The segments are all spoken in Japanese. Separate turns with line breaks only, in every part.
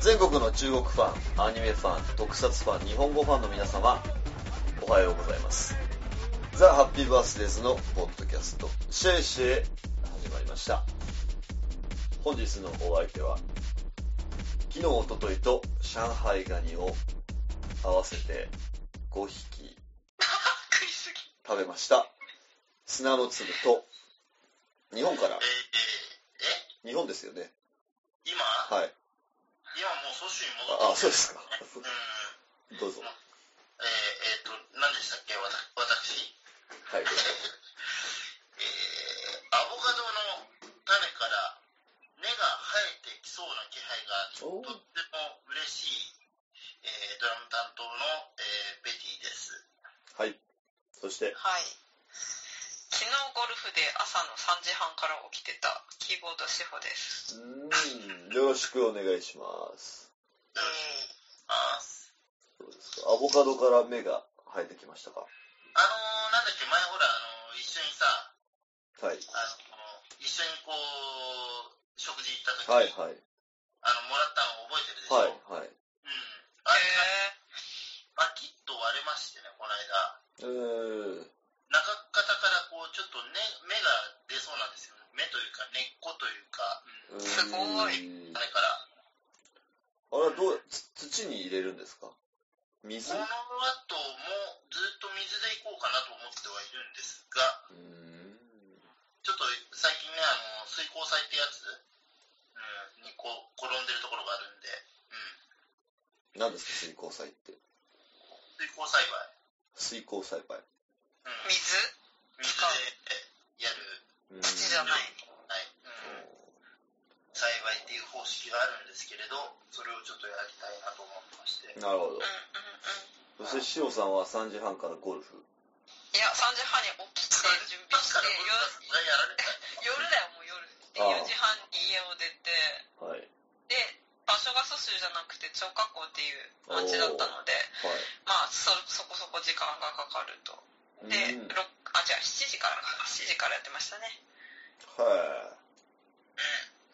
全国の中国ファン、アニメファン、特撮ファン、日本語ファンの皆様、おはようございます。ザ・ハッピーバースデーズのポッドキャスト、シェイシェイ、始まりました。本日のお相手は、昨日、おとといと上海ガニを合わせて5匹
食いすぎ。
食べました。砂の粒と、日本から
え、え、
日本ですよね。
え、今
はい。
今もう蘇州に戻って
あ、あそうですか。
うん。
どうぞ。
えー、えーと、何でしたっけわた私、
はい。
えー、アボカドの種から根が生えてきそうな気配
お
がと
ー
っても嬉しい、えー、ドラム担当の、えー、ベティです。
はい。そして、
はい。昨日ゴルフで朝の3時半から起きてたキーボード志保です。
うーん、よろしくお願いします。
よろしく
どうですかア
あー
ボカドから芽が生えてきましたか
あのー、なんだっけ、前ほら、あ
はい。
のー、一緒にさ、あのー、一緒にこう、食事行った時に、
はい、はい。
あの、もらったの
はい、はい。
覚えてるでしょうんあれがバキッと割れましてね、この
うー
間。
ん。
中っ方からこう、ちょっと、ね、芽が出そうなんですよ。芽というか、根っこというか、
うーん
すごい
あれか
あ
ら。
れはどう、つ土に入れるんですか水
この後もずっと水でいこうかなと思ってはいるんですが、
うーん。
ちょっと最近ね、あの、水耕栽ってやつ、うん、にこう、転んでるところがあるんで、
何ですか水耕栽って。
うん、水耕栽培、
水耕栽培。
うん、水
水
でや
う
る、
ーん
土じゃない。
はい、うん、栽培っていう方式があるんですけれど、それをちょっとやりたいなと思ってまして。
なるほど
うんうん。うん。
そして、しおさんは3時半からゴルフ。
いや、3時半に起きて準備 して、
から
よ
がやられた
夜だよ、もう夜。で、
ああ
4時半に家を出て、
はい。はい。
で、場所が蘇州じゃなくて張家口っていう町だったので、まあそ、そこそこ時間がかかると。
う
で、
ーん。
六あ、じゃあ7時からか、7時からやってましたね。
はい。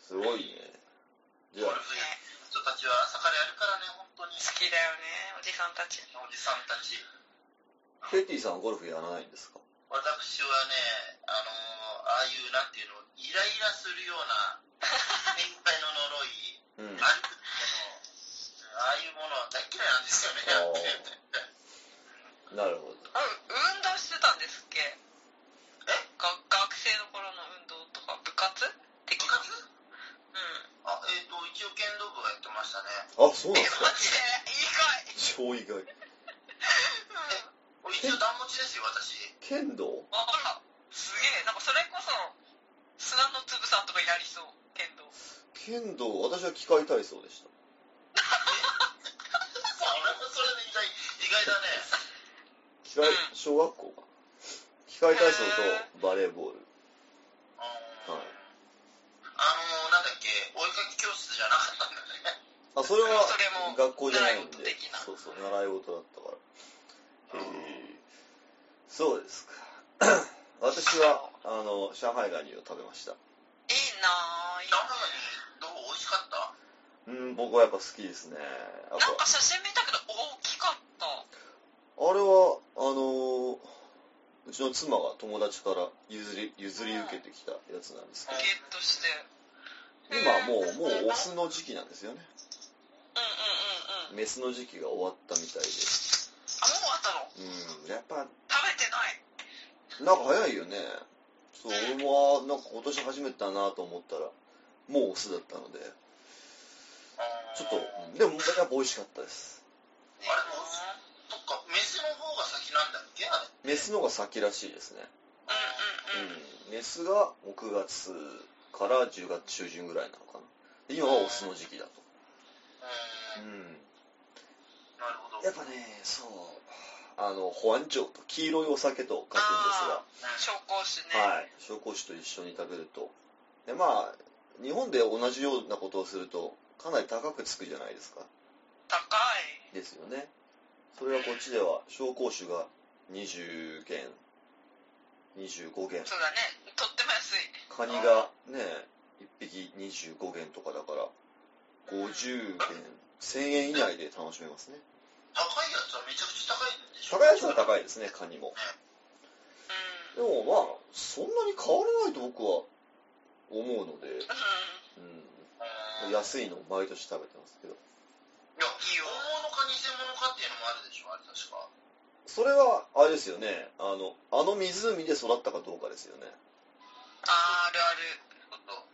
すごいね。じゃ
ゴ
あ
ル、フ人たちは朝からやるからね、本当に。
好きだよね、おじさんたち。
おじさんたち。
ペティさんはゴルフやらないんですか
私はね、あのーああいう、なんていうの、イライラするような、天界の呪い、
うん。
あるあのああいうものは大嫌いなんですよね、やっぱり
なるほ
あ運動してたんですっけが学生の頃の運動とか部活的
部
な
活
うん
あ、えっ、と、一応剣道部がやってましたね。
ど。あ、そうなん
え
ですか
マジで意外
超意外。
うん
一応断持ちですよ、私。
剣道
あらすげえなんかそれこそ砂の粒さんとかやりそう剣道
剣道、私は機械体操でし
それもそれで意外、意外だね。
た。機械
うん、
小学校か。機械体操とバレーボール。
うん
はい
あのー、なんだっけ、お絵かき教室じゃなかったんだよね。
あ、それは
それも
学校じゃないんで
習い事的な。
そうそう、習い事だったから。へ
うん
え。そうですか。 私は、あの、上海ガニを食べました。
いいなぁいい
生ガニ、どう美味しかった
うん、僕はやっぱ好きですね。やっ
なん
ぱ
か写真見たけど大きかった
あれは、あのーうちの妻が友達から譲り、譲り受けてきたやつなんですけ
うん
ゲットして
ど、今はもう、もうオスの時期なんですよね。
うんうんうんうんあもう
メスの時期が終わったみたいで。
終わったの
うん、やっぱ、
食べてない
なんか早いよね。そう、俺も、あーなんか今年初めてだなと思ったら、もうオスだったので、ちょっと、うんでもやっぱ美味しかったです。
あれもそっか、メスの方が先なんだっけあれ。
メスのが先らしいですね。
うんうんうん
うん、メスがもう9月から10月中旬ぐらいなのかな。で今はオスの時期だと。
うん、
う
なるほど。
ん、やっぱね、そう、あの、保安庁と黄色いお酒と書くん
紹興酒
です
ね
が、はい、紹興酒と一緒に食べると。で、まあ、日本で同じようなことをすると、かなり高くつくじゃないですか。
高い
ですよね。それはこっちでは、紹興酒が20元、25元、
そうだねとっても安い
カニがね、1匹25元とかだから、 50元、1000円以内で楽しめますね。
高いやつはめちゃくちゃ高いんでしょ
高いやつは
高
高
い。
いですね、カニも。
う
でもまあ、そんなに変わらないと僕は思うので、
ん。うん。
うん。
うんいや、
安いのを毎年食べてますけど。
いいよ。本物か偽物かっていうのもあるでしょ、あれ確か。
それは、あれですよね、あの、あの湖で育ったかどうかですよね。
あーあるある。
そう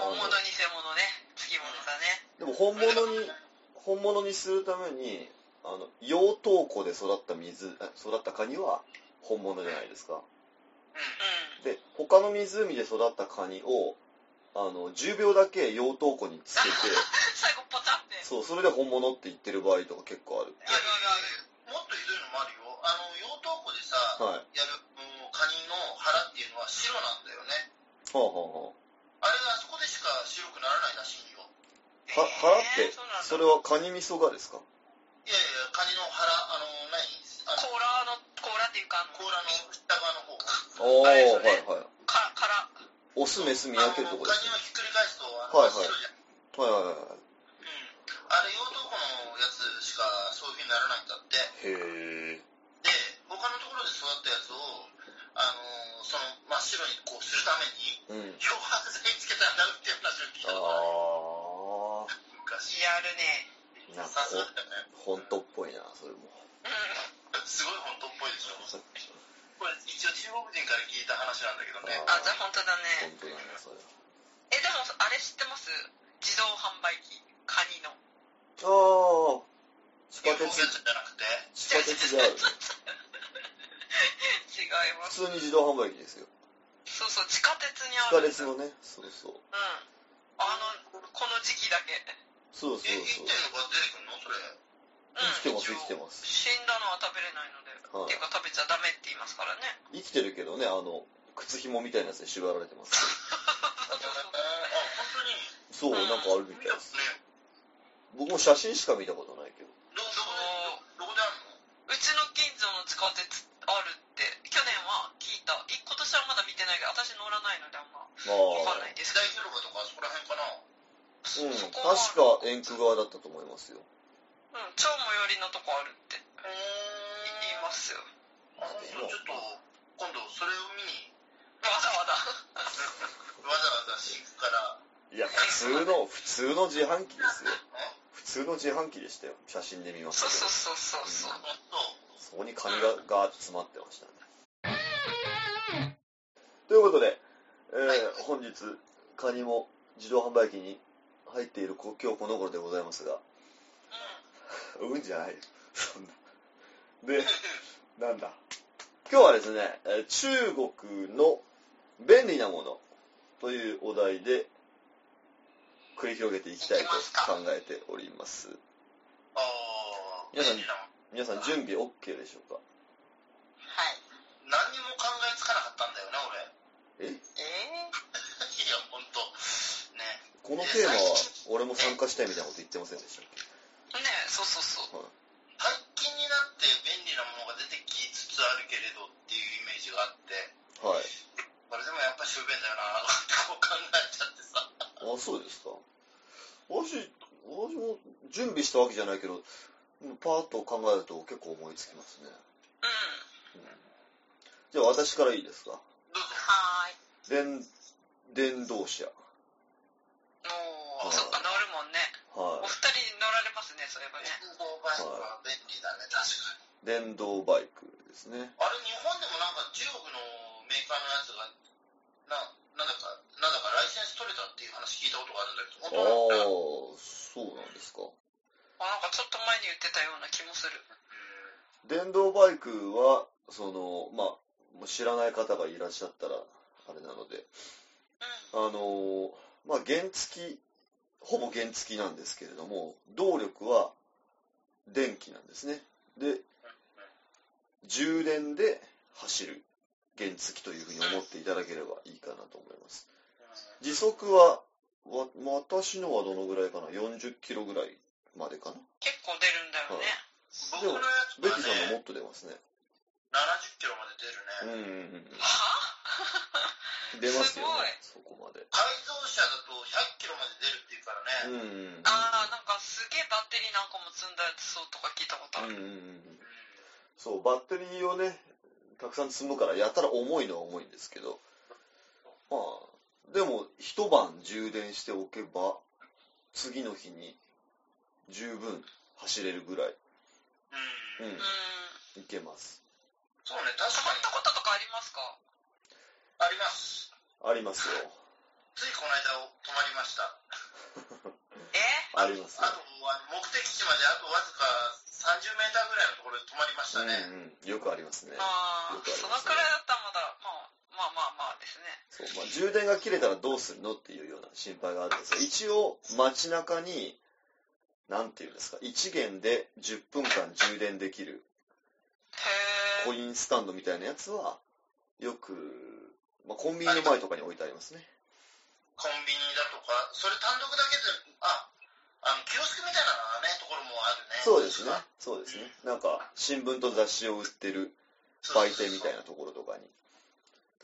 あの
本物、偽物ね。付き物だね。
でも本物に、本物にするために、あの、養豚庫で育った水、あ育ったカニは本物じゃないですか。
うん。
で、他の湖で育ったカニを、あの、10秒だけ養豚庫につけて、
最後、ポチャって。
そう、それで本物って言ってる場合とか結構ある。
いやいやいや、もっとひどいのもあるよ。あの、養豚庫でさ、
はい。は
やる、うんカニの腹っていうのは白なんだよね。
あ、は
あれがあそこでしか白くならないらしいよ。
あはあ、は腹って、
そうなんだ
それはカニ味噌がですか
いやいや、カニの腹、あの、ない、あ
甲
の、
羅の、甲羅っていうか、あの
甲羅の下側の方。あ
ああ、は
あ
い
れです
は
よね
い。
か殻。
オス、メス見
の、
分
カ
け
ニ
るとこ
を
ですね。
ひっくり返すと、あ
はい
の、
はい
白じゃん。
はいはいはいは
うんあれ、養豚庫のやつしかそういう風にならないんだって。
い。へえ。
で、他のところで育ったやつを、あの、その、真っ白にこうするために、
うん。
漂白剤つけたんだっていう話を聞いたことあ
あ
る。
あ、
昔。
やるね。
なんか
さすがだよね。
本当っぽいな、それも。
うん。
すごい本当っぽいでしょ。これ一応中国人から聞いた話なんだけどね。
あ、じゃあ本当だ
本
ね。
当だね、それ。
え、でも、あれ知ってます自動販売機。カニの。
ああ、地下
UFO
鉄、
キャッチャーじゃなくて、
地下鉄である。
違いま
普
す。
通に自動販売機ですよ。
そうそう、地下鉄に
地
あ
下
る。
鉄のね、そうそう。
うん。あの、この時期だけ。
そうそう
え、
そ
1.6
う。
が出て
生
くるのそれ。
きて
うん。
ます、生きてます。
死んだのは食べれないの
はい
で。っていうか食べちゃダメって言いますからね。
生きてるけどね、あの、靴紐みたいなやつで縛られてます。
あ、
そ
本当に。
う、
うん
なんかあるみ
見
たいで
たこ
す。
とね。
僕も写真しか見たことないけど。
ど、どこで、どこであるの
うちの近所の地下鉄あるって、去年は聞いた。い今年はまだ見てないけど、私乗らないのであんま
ま
わか
あ
んないですけ
大広
ど。
場とかそこら辺かな。
うん、
そ
確
こは
か円空側だったと思いますよ。
うん、超最寄りのとこあるって
うー
言い
ん。
ますよ。
あ、本当ちょっと、今度それを見に、
わざわざ。
わざわざ飼育から、
いや、普通の、普通の自販機ですよ。
え
普通の自販機でしたよ。写真で見まし
そ
た
う
け
そう
ど。
そうそうそう。
本当
そこにカニがガーッと詰まってましたね。 ということで、えー
はい
本日、カニも自動販売機に入っている今日この頃でございますが、
う
うんじゃないよ。そ んな。で、なんだ。今日はですね、えー中国の便利なものというお題で繰り広げていきたいと考えております。
あー、
皆さん
便利な
皆さん準備 OK でしょうか
ん。はい。
何にも考えつかなかったんだよな、俺。
え
え
いや、本当ね。
このテーマは俺も参加したいみたいなこと言ってませんでしたっけ
ー、ねえ、そうそうそう。
最近になって便利なものが出てきつつあるけれどっていうイメージがあって、
はい。
これでもやっぱ終便だよな、ってこう考えちゃってさ。
あ、そうですか。私、私も準備したわけじゃないけど、パーッと考えると結構思いつきますね。
うん。
じゃあ私からいいですか
どうぞ。
はーい。
電、電動車。
お
あー
ー、そっか、乗るもんね。お
は
二人に乗られますね、そういえばね。
電動バイクは便利だね、確かに。
い。電動バイクですね。
あれ、日本でもなんか中国のメーカーのやつが、な、なんだか、なんだかライセンス取れたっていう話聞いたことがあるんだけど、
ああ
本当なの、
そうなんですか。
あ、なんかちょっと前に言ってたような気もする。
電動バイクは、その、まあ、もう知らない方がいらっしゃったら、あれなので、
うん。
あのーまあ、原付き、ほぼ原付きなんですけれども、動力は電気なんですね。で、充電で走る原付きというふうに思っていただければいいかなと思います。時速は、わ私のはどのぐらいかな ?40 キロぐらいまでかな
結構出るんだよね。
僕のやつ
ベ
は
ッキーさんのも
ね、
っと出ますね。
70キロまで出
うんうんう
るね。
ん。
は
出ますよね。
す
そこまで。
改造車だと100キロまで出るっていうから
う
ね、
んうんうん。
ああ、かすげえバッテリーなんかも積んだやつそうとか聞いたことあ
うん
る、
うんうんそう、バッテリーをね、たくさん積むから、やたら重いのは重いんですけど、まあ、でも、一晩充電しておけば、次の日に十分走れるぐらい、
うん。
うん
うん、
いけます。
そうね、確
溜
か
まっ
に
たこととかありますか
あります。
ありますよ。
ついこの間止まりました。
え
あります
あと、あの目的地まであとわずか30メーターぐらいのところで止まりました
よ。
ね。
うんうん、よくありますね。
ああ、
よくあり
そ
ま
の
すね
くらいだったらまだ、まあ、まあまあまあですね。
そうまあ、充電が切れたらどうするのっていうような心配があるんですが、一応街中に、なんていうんですか、一元で10分間充電できる
へ
コ
え。
インスタンドみたいなやつは、よく、まあ、コンビニの前とかに置いてありますね。
コンビニだとか、それ単独だけで、あ、あの、キオスクみたいなね、ところもあるね。
そうですね。そうですね。なんか、新聞と雑誌を売ってる
そう
売
そうそう。
店みたいなところとかに。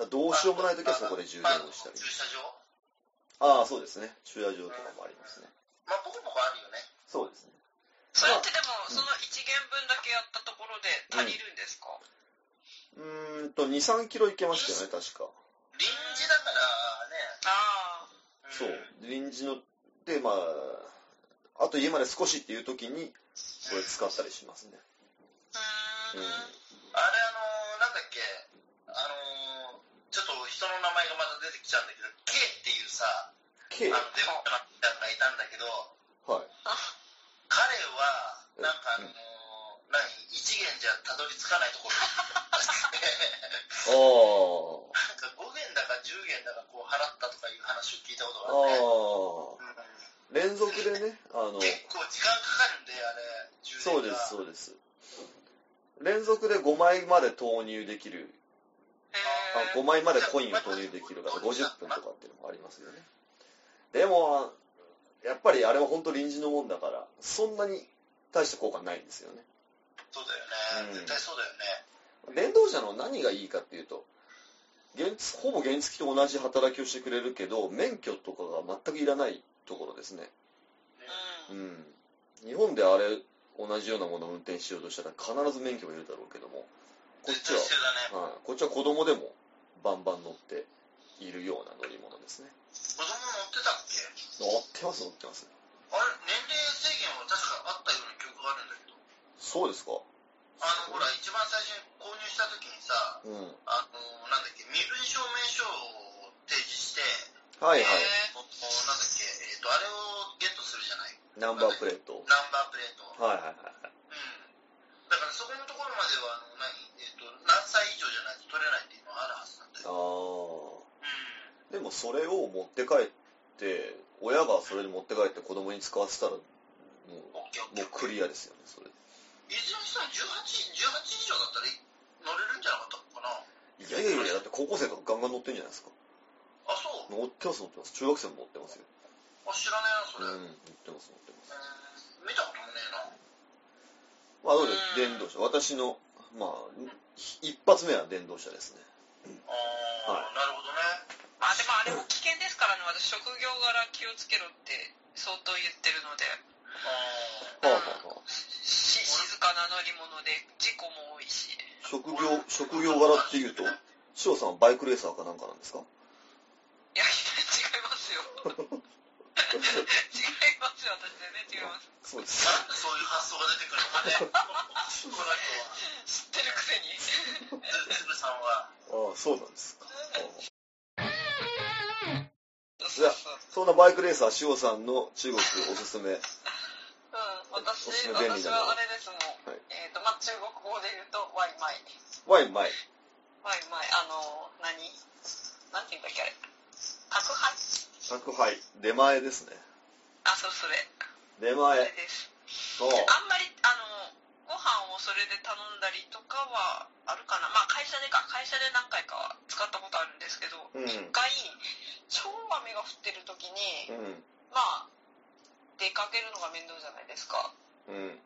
だからどうしようもないときはそこで充電をしたり
パン
ああ、
の。駐車場
そうですね。駐車場とかもありますね。
まあ、ポコポコあるよね。
そうですね。
それってでも、
うん
その1元分だけやったところで足りるんですか、
うーんと、2、3キロいけましたよね、確か。
臨時だからね。
ああ、
ん
そう。臨時の、で、まあ、あと家まで少しっていうときに、これ使ったりしますね。
うー
あ
ん。
れあのー、なんだっけ、あのー、ちょっと人の名前がまた出てきちゃうんだけど、K っていうさ、あ
K。は
の
い。、
デモカラみたいなのがいたんだけど、彼は、なんかあのー、何、一元じゃたどり着かな いところに
ああ。
行って、なんか5元だか10元だかこう払ったとかいう話を聞いた
あ
ことがあって、
あ。連続でね、あの、
結構時間かかるんで、あれ、充
そう
電
で
が
す、そうです。連続で5枚まで投入できる、
へ
あ
え。
5枚までコインを投入できるから50分とかっていうのもありますよね。でも、やっぱりあれは本当臨時のもんだから、そんなに大した効果ないんですよね。
そうだよね、
うん
絶対そうだよね。
電動車の何がいいかっていうと、原付ほぼ原付と同じ働きをしてくれるけど、免許とかが全くいらないところですね。
う。
うんん。日本であれ、同じようなものを運転しようとしたら必ず免許がいるだろうけども、こっ
絶
ち
対
は
必要だね。
はい、こっちは子供でもバンバン乗っているような乗り物ですね。
子供乗ってたっけ
乗ってます、乗ってます。
あれ、年齢制限は確かあったような記憶があるんだけど、
そうですか
あの、ほら、一番最初に購入した時にさ、
うん。はい
あの、なんだっけ、身分証明書を提示して、
はい。
えーおおなんだっけ、えっ、と、あれをゲットするじゃない、
ナンバープレート。
ナンバープレート。
はいはいはいはい。
うん。だからそこのところまでは、あの、何、えっ、と、何歳以上じゃないと取れないっていうのはあるはずなんだ
あ
よ。
ー。で
うん。
もそれを持って帰って、親がそれで持って帰って子供に使わせたら、も
オッケーオッ
う、も
ケー
う。クリアですよね、それ。
いずれにしても18、18以上だったら乗れるんじゃなかったかな。あ、
いやいやいや、だって高校生とかガンガン乗ってんじゃないですか。
そう。
乗ってます、乗ってます。中学生も乗ってますよ。
あ、知らねえな、そ
うん、
れ。
乗っ
うん
てます、乗ってます。
見たこともねえな。
まあ、なので、電動車。私の、まあ、一発目は電動車ですね。は
ああ、
い
なるほどね。
まあでもあれも危険ですからね、私、職業柄気をつけろって相当言ってるので、
あ
は
ー
あはあはあ。
し静かな乗り物で事故も多いし。
職業、職業柄っていうと、翔さんはバイクレーサーかなんかなんですか
いや、いや違いますよ。 違いますよ、私全然違います。
そうで
なんでそういう発想が出てくる のかね。この人は。
知ってるくせに。
つぶさんは。
ああ、そうなんですか。ああ
そうそうそう。
そんなバイクレーサー翔さんの中国おすすめ。
うん、私
おすす、め便利
私
だな
はあれですもん。
はい
えっ、と、まあ、中国語で言うと、ワイマイ。
ワイマイ。
ワイマイ、あの、何なんて言うんだっけ、あれ。宅配
宅配。出前ですね。
あ、そう、それ。
出
そ
前
れ。です。
そう。
あんまり、あの、ご飯をそれで頼んだりとかはあるかな。まあ、会社でか、会社で何回かは使ったことあるんですけど、
うん
一、回、超雨が降ってる時に、
う
まあ、出かけるのが面倒じゃないですか。
ん。うん。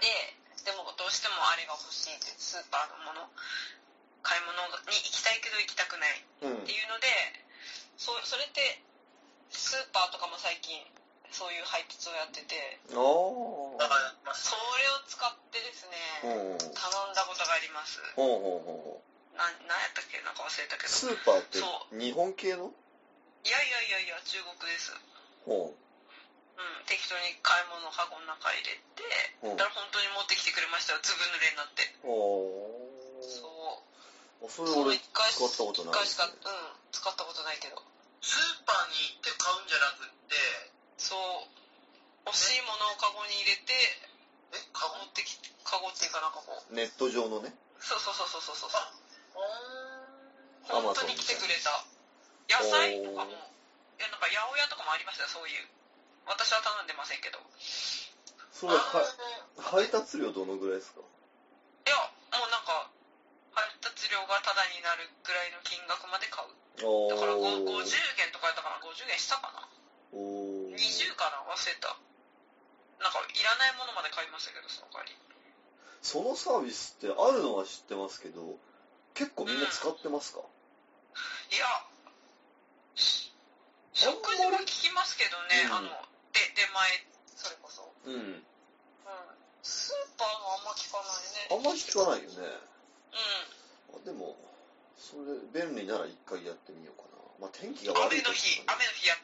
で、でもどうしてもあれが欲しいって、スーパーのもの、買い物に行きたいけど行きたくないっ
うん。
ていうので、そうそれって、スーパーとかも最近、そういう配達をやってて
あー
だから、まあ、そ
そ
う
れを使ってです
うんうんうん
ね頼んだことがあります
うんうんうん
ななんやったっけなんか忘れたけ
ス
ど
ーパーっ
そ
て日本系の
いやいやいやいや中国です
ほ
うん適当に買い物カゴの中入れ
うん
てだから本当に持ってきてくれましたよずぶ濡れになって
うほうあそ
そう
れ俺
一回
使ったことない
一回しかうん使ったことないけど
スーパーに行って買うんじゃなくって
そう欲しいものをカゴに入れて
えカ
持
ゴ
ってきカゴっていうかなんかこう
ネット上のね
そうそうそうそうそうそう
あうーん
本当に来てくれた野菜とかもいやなんか八百屋とかもありましたよそういう私は頼んでませんけどい
それは
あ
は配
ー
達量どのぐらいですか
やもうなんか配達料がタダになるぐらいの金額まで買う
あー
だからご50元とかやったかな50元したかな
おー
20かな忘れたなんかいらないものまで買いましたけどその代わり
そのサービスってあるのは知ってますけど結構みんな使ってますか、
いやし食事は聞きますけどね、
うん
あので出前それこそ
うん、
うんスーパーもあんま聞かないね
あんまり聞かないよね
う
あでもそれ便利なら一回やってみようかなまあ天気が
ん
悪い
雨の
時
日
と
雨
かね
の日やっ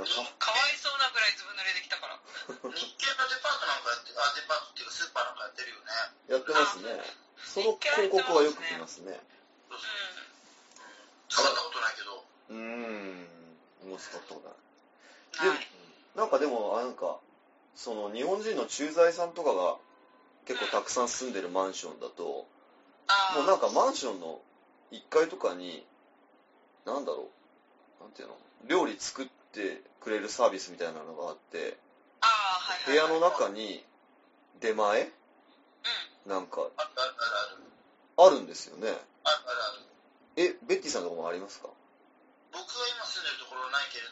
うん
て
なんか
かわいそうなぐらいずぶ濡れてきたから
日系のデパートなんかやってあデパートっていうかスーパーなんかやってるよね
やってますねその広告はよく見ますね
そうそうん使った
う
ことないけど
うーんもう使ったことない
ない
なんかでもあなんかその日本人の駐在さんとかが結構たくさん住んでるマンションだと、
あ
もうなん
か
かマンションの1階とかに、なんだろう、なんていうの、料理作ってくれるサービスみたいなのがあって、
ああはい
部
は
屋
い、は
の
い、
中に出前
う
なんか
あるあるある
あるんですよね。
あるあるある
え、ベッティさんのとこもありますか
僕が今住んでるところはないけれ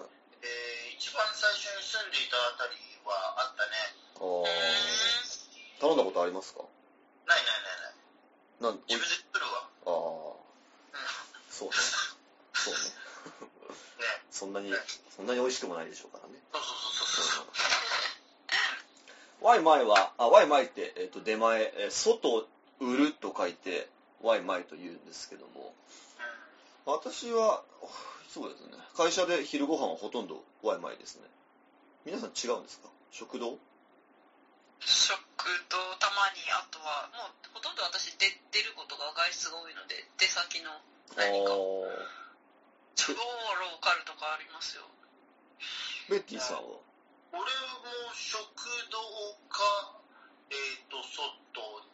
はい。
えー一番最初に住んでいたあたりはあったね
あー
んうーん
頼んだことありますか
ないないないない
なん
自分で作る
あ
わ
あ、そうね。そうね。
ね
そんなに、そんなに美味しくもないでしょうからね。
そうそうそうそうそう
ワイマイは、あ、ワイマイって、えっ、と、出前、えー外売ると書いて、ワイマイと言うんですけども、
う
私は、そうですね、会社で昼ご飯はほとんどワイマイですね。皆さん違うんですか食堂
食堂たまにあとはもうほとんど私出出ることが外出が多いので出先の何か
ー
超ローカルとかありますよ
ベッティさんは
ん俺も食堂かえっ、と外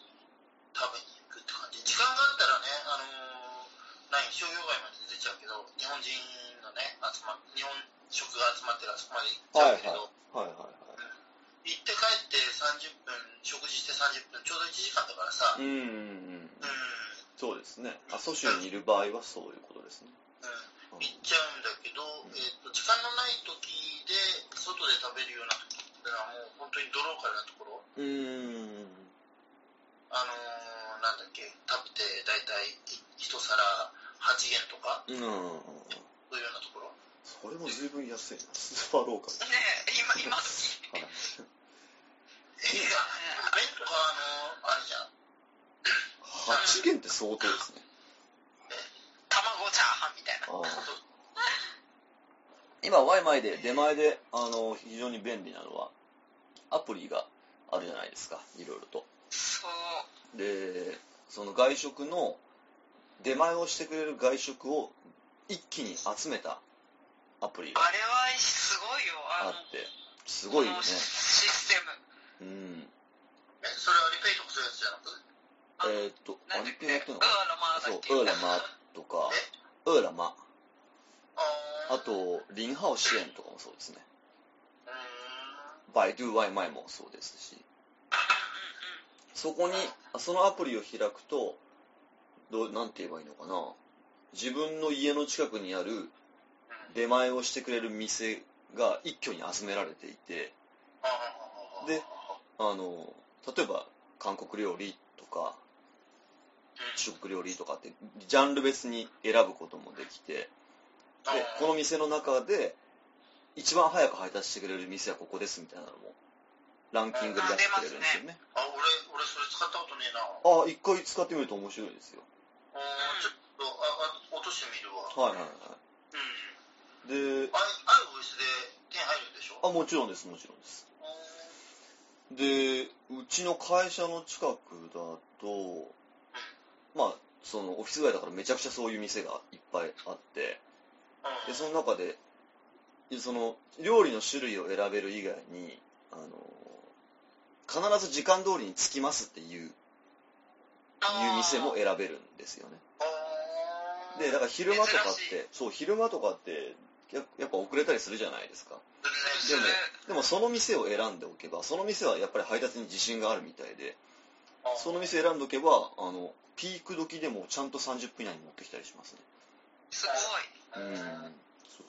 に食べに行くって感じ時間があったらねあのー、何商業街まで出ちゃうけど日本人のね集ま日本食が集まってるあそこまで行っちゃう
は
けれど、
いはいは
行って帰って30分食事して30分ちょうど1時間だからさ
い。うんうんうん。
うん、う
そうですね。阿蘇州にいる場合はそういうことですね。
ん行っちゃうんだけど、えー、と時間のない時で外で食べるような時ってのはもう本当にドローカルなところ
うーん。
あのー、なんだっけ食べて大体い一皿8元とか
うんうんうん。
そういうようなところ
それも随分安いな。スーパーローカル。
ねえ今今時
はい
いや麺とかあのー、あるじゃん
8元って相当ですね。
卵チャーハンみたいな
ああ今、ワイマイで、出前で、あの、非常に便利なのは、アプリがあるじゃないですか、いろいろと。
そう
で、その外食の、出前をしてくれる外食を一気に集めたアプリが
あれはすごいよ
あ
あの
って、すごいよね
この。システム
うん。
えそれはリペイとかそういうやつじゃなくて
あの
えーっと、ア
なんだ
リ
っ
ペ
け
イや
ウ
っ
ー
てん
ラ
のかな
マーだ
そ
っ
う
け、
ウーラマとか、ウーラマ、
あー
あと、リンハオ支援とかもそうですね。
うーん
バイドゥワイマイもそうですし。そこに、そのアプリを開くと、どう、なんて言えばいいのかな。自分の家の近くにある出前をしてくれる店が一挙に集められていて、
あー
であの、例えば韓国料理とか、中国料理とかって、ジャンル別に選ぶこともできて、で
あー、
この店の中で、一番早く配達してくれる店はここですみたいなのも、ランキングで出してくれるんですよね。
あ、俺、俺それ使ったことねえな。うん、
ああ、一回使ってみると面白いですよ。
ちょっと、あ、あ、落としてみるわ。
はいはい
うん。
はい。で、
あ、あるお店で手入るんでしょ
あ、もちろんです、もちろんです。
う
で、うちの会社の近くだと、まあ、そのオフィス街だからめちゃくちゃそういう店がいっぱいあって、
ん。
で、その中で、その、料理の種類を選べる以外に、あの、必ず時間通りに着きますっていう、いう店も選べるんですよね。
あー
で、だから昼間とかっ、
珍して
そう、昼間とかって、ややっぱ遅れたりするじゃないですか。
する
でもでもその店を選んでおけば、その店はやっぱり配達に自信があるみたいで、その店選んどけば、あの、ピーク時でもちゃんと30分以内に持ってきたりしますね。
すごい。
うん。
うん。あれ
そうそう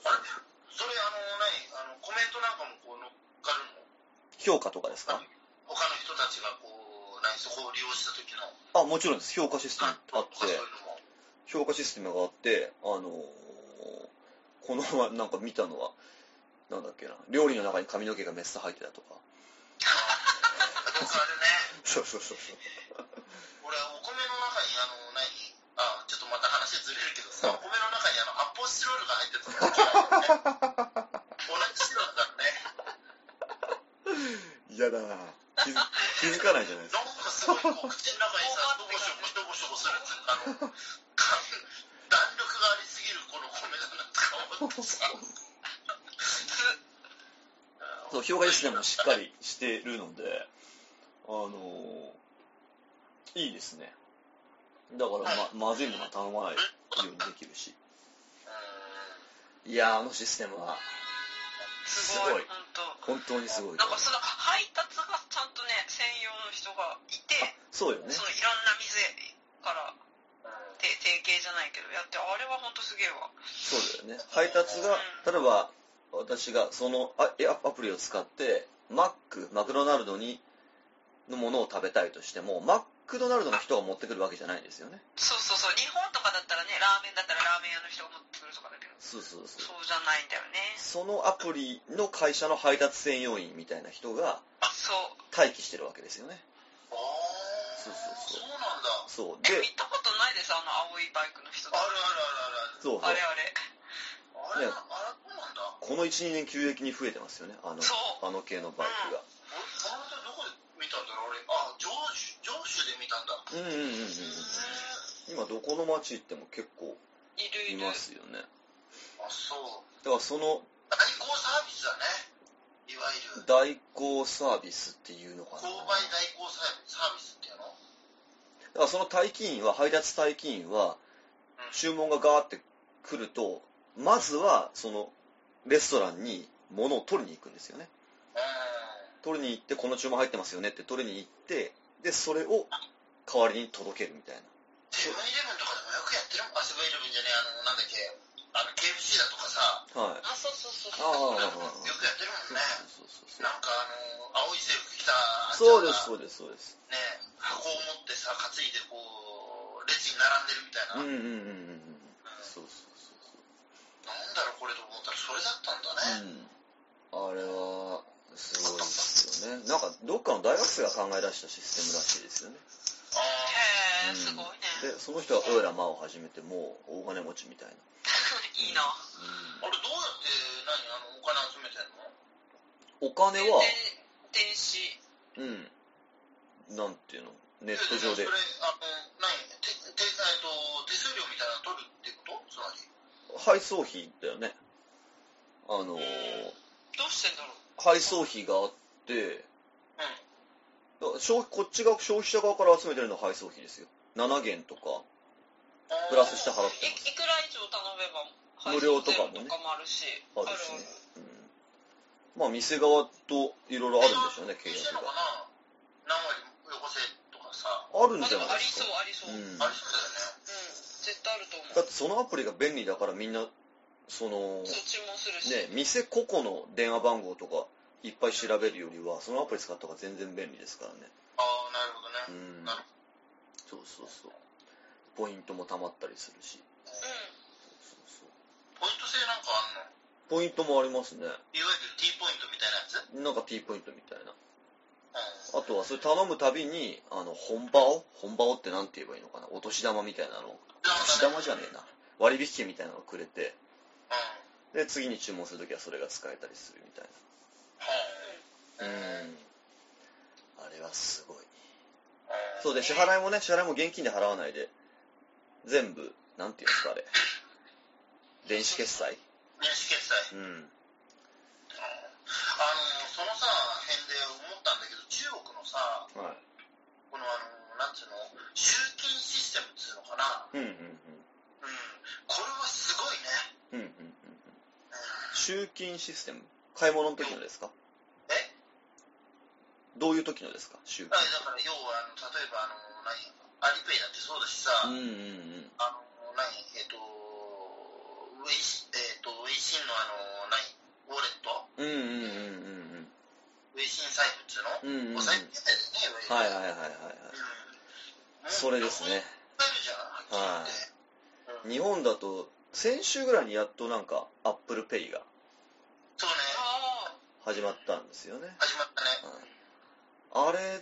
それ、あの、何あの、コメントなんかもこう乗っかるの
評価とかですか
他の人たちがこう、何そこを利用した時の
あ、もちろんです。評価システム
感
あ
と
って
かそういう、のも。
評価システムがあって、あのーこの前なんか見たのは、なんだっけな、料理の中に髪の毛がめっさ入ってたとか。
あとかあるね。
そうそうそうそう。
俺お米の中にあの何あちょっとまた話ずれるけどさお米の中にあの発泡スチロールが入ってるとか 同じ白だからね
嫌だな気づ気づかないじゃないです
な
か。
んかすごいこう口の中にさどこしょこどこしょこするっていうかあのか弾力がありすぎるこの米だなとか思ってさ
そう、評価システムもしっかりしてるので、あのーいいですね。だからま、まずいものは頼まないようにできるし。いやー、あのシステムは、
す
す
ご
ご
い
い。
本当。
本当にすごいと
なん
思う
かその配達がちゃんとね、専用の人がいて、
そうよね。
そのいろんな店から
う
て提携じゃないけどやって、あれは本当すげえわ。
そうだよね。配達が、例えば、私がそのあえアアプリを使って、マック、マクドナルドに、のものを食べたいとしても、マックドナルドの人が持ってくるわけじゃないんですよね。
そうそうそう、日本とかだったらね、ラーメンだったらラーメン屋の人が持ってくるとかだけど、
そうそうそう。
そうじゃないんだよね。
そのアプリの会社の配達専用員みたいな人が
そう。
待機してるわけですよね。
んあー
そうそうそう
そうなんだ
そう。で、、
え見たことないです、あの青いバイクの人
あるあ
あ
る
そうそう。
れあれ。
あるあるあれ
ね
なあれそうなんだ
この1、2年急激に増えてますよね。あの
そ、
あの系のバイ
俺、この人どこで見たんだろう俺、あ、上州、上州で見たんだ。
クが。うんうんうんうんうん。
あ、
今どこの街行っても結構
いるい
い
る。
ますよね。
そう。
だからその
代行サービスだね。いわゆる。
代行サービスっていうのかな。
購買代行サービスっていうの
だからその待機員は、配達待機員は、注文がガーって来ると、まずはそのレストランに物を取りに行くんですよね。
う
取りに行って、この注文入ってますよねって取りに行って、で、それを代わりに届けるみたいな。
ん。セブンイレブンとかでもよくやってるもん。あ、セブンイレブンじゃねえ、あの、なんだっけ、あの、KFC だとかさ。
はい。
あ、そうそうそ
あ
う。
あ
よくやってるもんね。
そうそうそう
なんかあの、青い制服着た、
そう。そうです、そう
で
です、そうです。
す。ね、箱を持ってさ、担いでこう、列に並んでるみたい
うん。うんうんうん
な
うん。そうそうそ
なんだろうこれと思ったらそれだったんだ
うそ
ね、
う。うん。あれは、すごいですよね。なんか、どっかの大学生が考え出したシステムらしいですよね。
あ
う
あ
へえ、
ん
すごいね。
で、その人は、おいらまを始めて、もう、大金持ちみたいな。
いいな。
あれどうやって何あのお金集めてんの
お金は、
で電子。
うん。なんていうの、ネット上で
それ。あの何ててえっと手数料みたいなの取るってことつまり
配送費だよね。あのー、
どうしてんだろう。
配送費があって、
う
だから消費こっちが消費者側から集めてるのは配送費ですよ。7元とか、
ん
プラスして払っ
い
てます。
いくら以上頼めば
無料とかもね
配送ゼロとかもあるし。
あるしね。うん、まあ、店側といろいろあるんでしょうね、契
してんの
約
か
が。
な何割よこせとかさ、
あるん
あ
じ
で
ゃ
も
な
あ
いで
り
す
そ
か
う。ありそう。
う
うん。
ん
ありそうだよね
絶対あると
だ
思
っ
う。
てそのアプリが便利だからみんな、その、
そう注文するし。
ね、店個々の電話番号とかいっぱい調べるよりは、そのアプリ使った方が全然便利ですからね。
ああなるほど
う
ね、
ん
なる。
そうそうそう。ポイントも貯まったりするし。
うん。
そうそう
ポイント制なんかあんの
ポイントもありますね。
いわゆる T ポイントみたいなやつ、
なんか T ポイントみたいな。
うん、
あとは、それ頼むたびに、あの、本場を本場をってなんて言えばいいのかなお年玉みたいなのを。お年玉じゃねえな。割引券みたいなのをくれて、
うんはい
で、次に注文するときはそれが使えたりするみたいな。うん。あれはすごい。そうで、支
い
払いもね、支払いも現金で払わないで、全部、なんていうんですか、あれ。電子決済
電子決済
うん。
あのそのさ辺で思ったんだけど中国のさ
は
このあのなんつうの集金システムっつうのかな、
い。うんうん
うん、これはすごいね、
うん。うんうんうんうん。
うん、
集金システム買い物の時のですか
え
どういう時のですか集
あだから要はあの例えばあの何アリペイだってそうだしさ、
金。うんうん
あの何えっ、とウェイシえっ、とウェイシンのあの何ウォレット
うん。うんうんうん
ウェイシン財布っつうの、
うんうん。うんうんうん。
お
はい
財布みたいだよね
はいはいはい
いわゆる、
はい。
うん
それですね。
もうどこにも使えるじゃんはっきり言って、うん
日本だと、先週ぐらいにやっとなんか、Apple Pay が
そうね
あ
始まったんですよね。
始まったね
あれ、